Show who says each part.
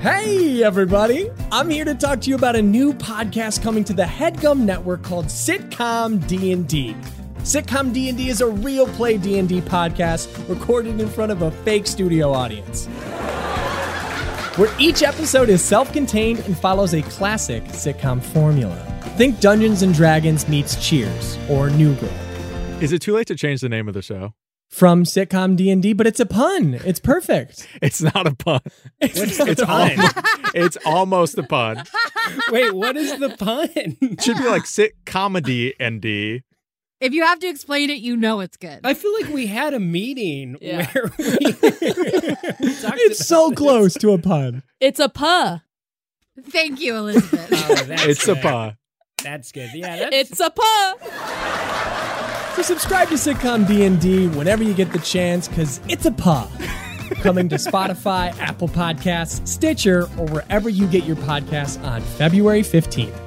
Speaker 1: Hey, everybody! I'm here to talk to you about a new podcast coming to the HeadGum Network called Sitcom D&D. Sitcom D&D is a real play D&D podcast recorded in front of a fake studio audience. Where each episode is self-contained and follows a classic sitcom formula. Think Dungeons and Dragons meets Cheers or New Girl
Speaker 2: Is it too late to change the name of the show?
Speaker 1: from Sitcom D&D, but it's a pun. It's perfect.
Speaker 2: It's not a pun.
Speaker 1: It's, not
Speaker 2: It's
Speaker 1: a pun.
Speaker 2: almost, it's almost a pun.
Speaker 3: Wait, what is the pun?
Speaker 2: It should be like sit comedy ND.
Speaker 4: If you have to explain it, you know it's good.
Speaker 3: I feel like we had a meeting
Speaker 5: Yeah.
Speaker 3: where we, we talked
Speaker 1: It's so
Speaker 3: about
Speaker 1: close to a pun.
Speaker 5: It's a puh.
Speaker 4: Thank you,
Speaker 3: this.
Speaker 4: Elizabeth.
Speaker 3: Oh, that's
Speaker 2: It's a
Speaker 3: good.
Speaker 2: pun.
Speaker 3: That's good. Yeah, that's
Speaker 5: It's a puh.
Speaker 1: So subscribe to Sitcom D&D whenever you get the chance cuz it's a pub. Coming to Spotify, Apple Podcasts, Stitcher, or wherever you get your podcasts on February 15th.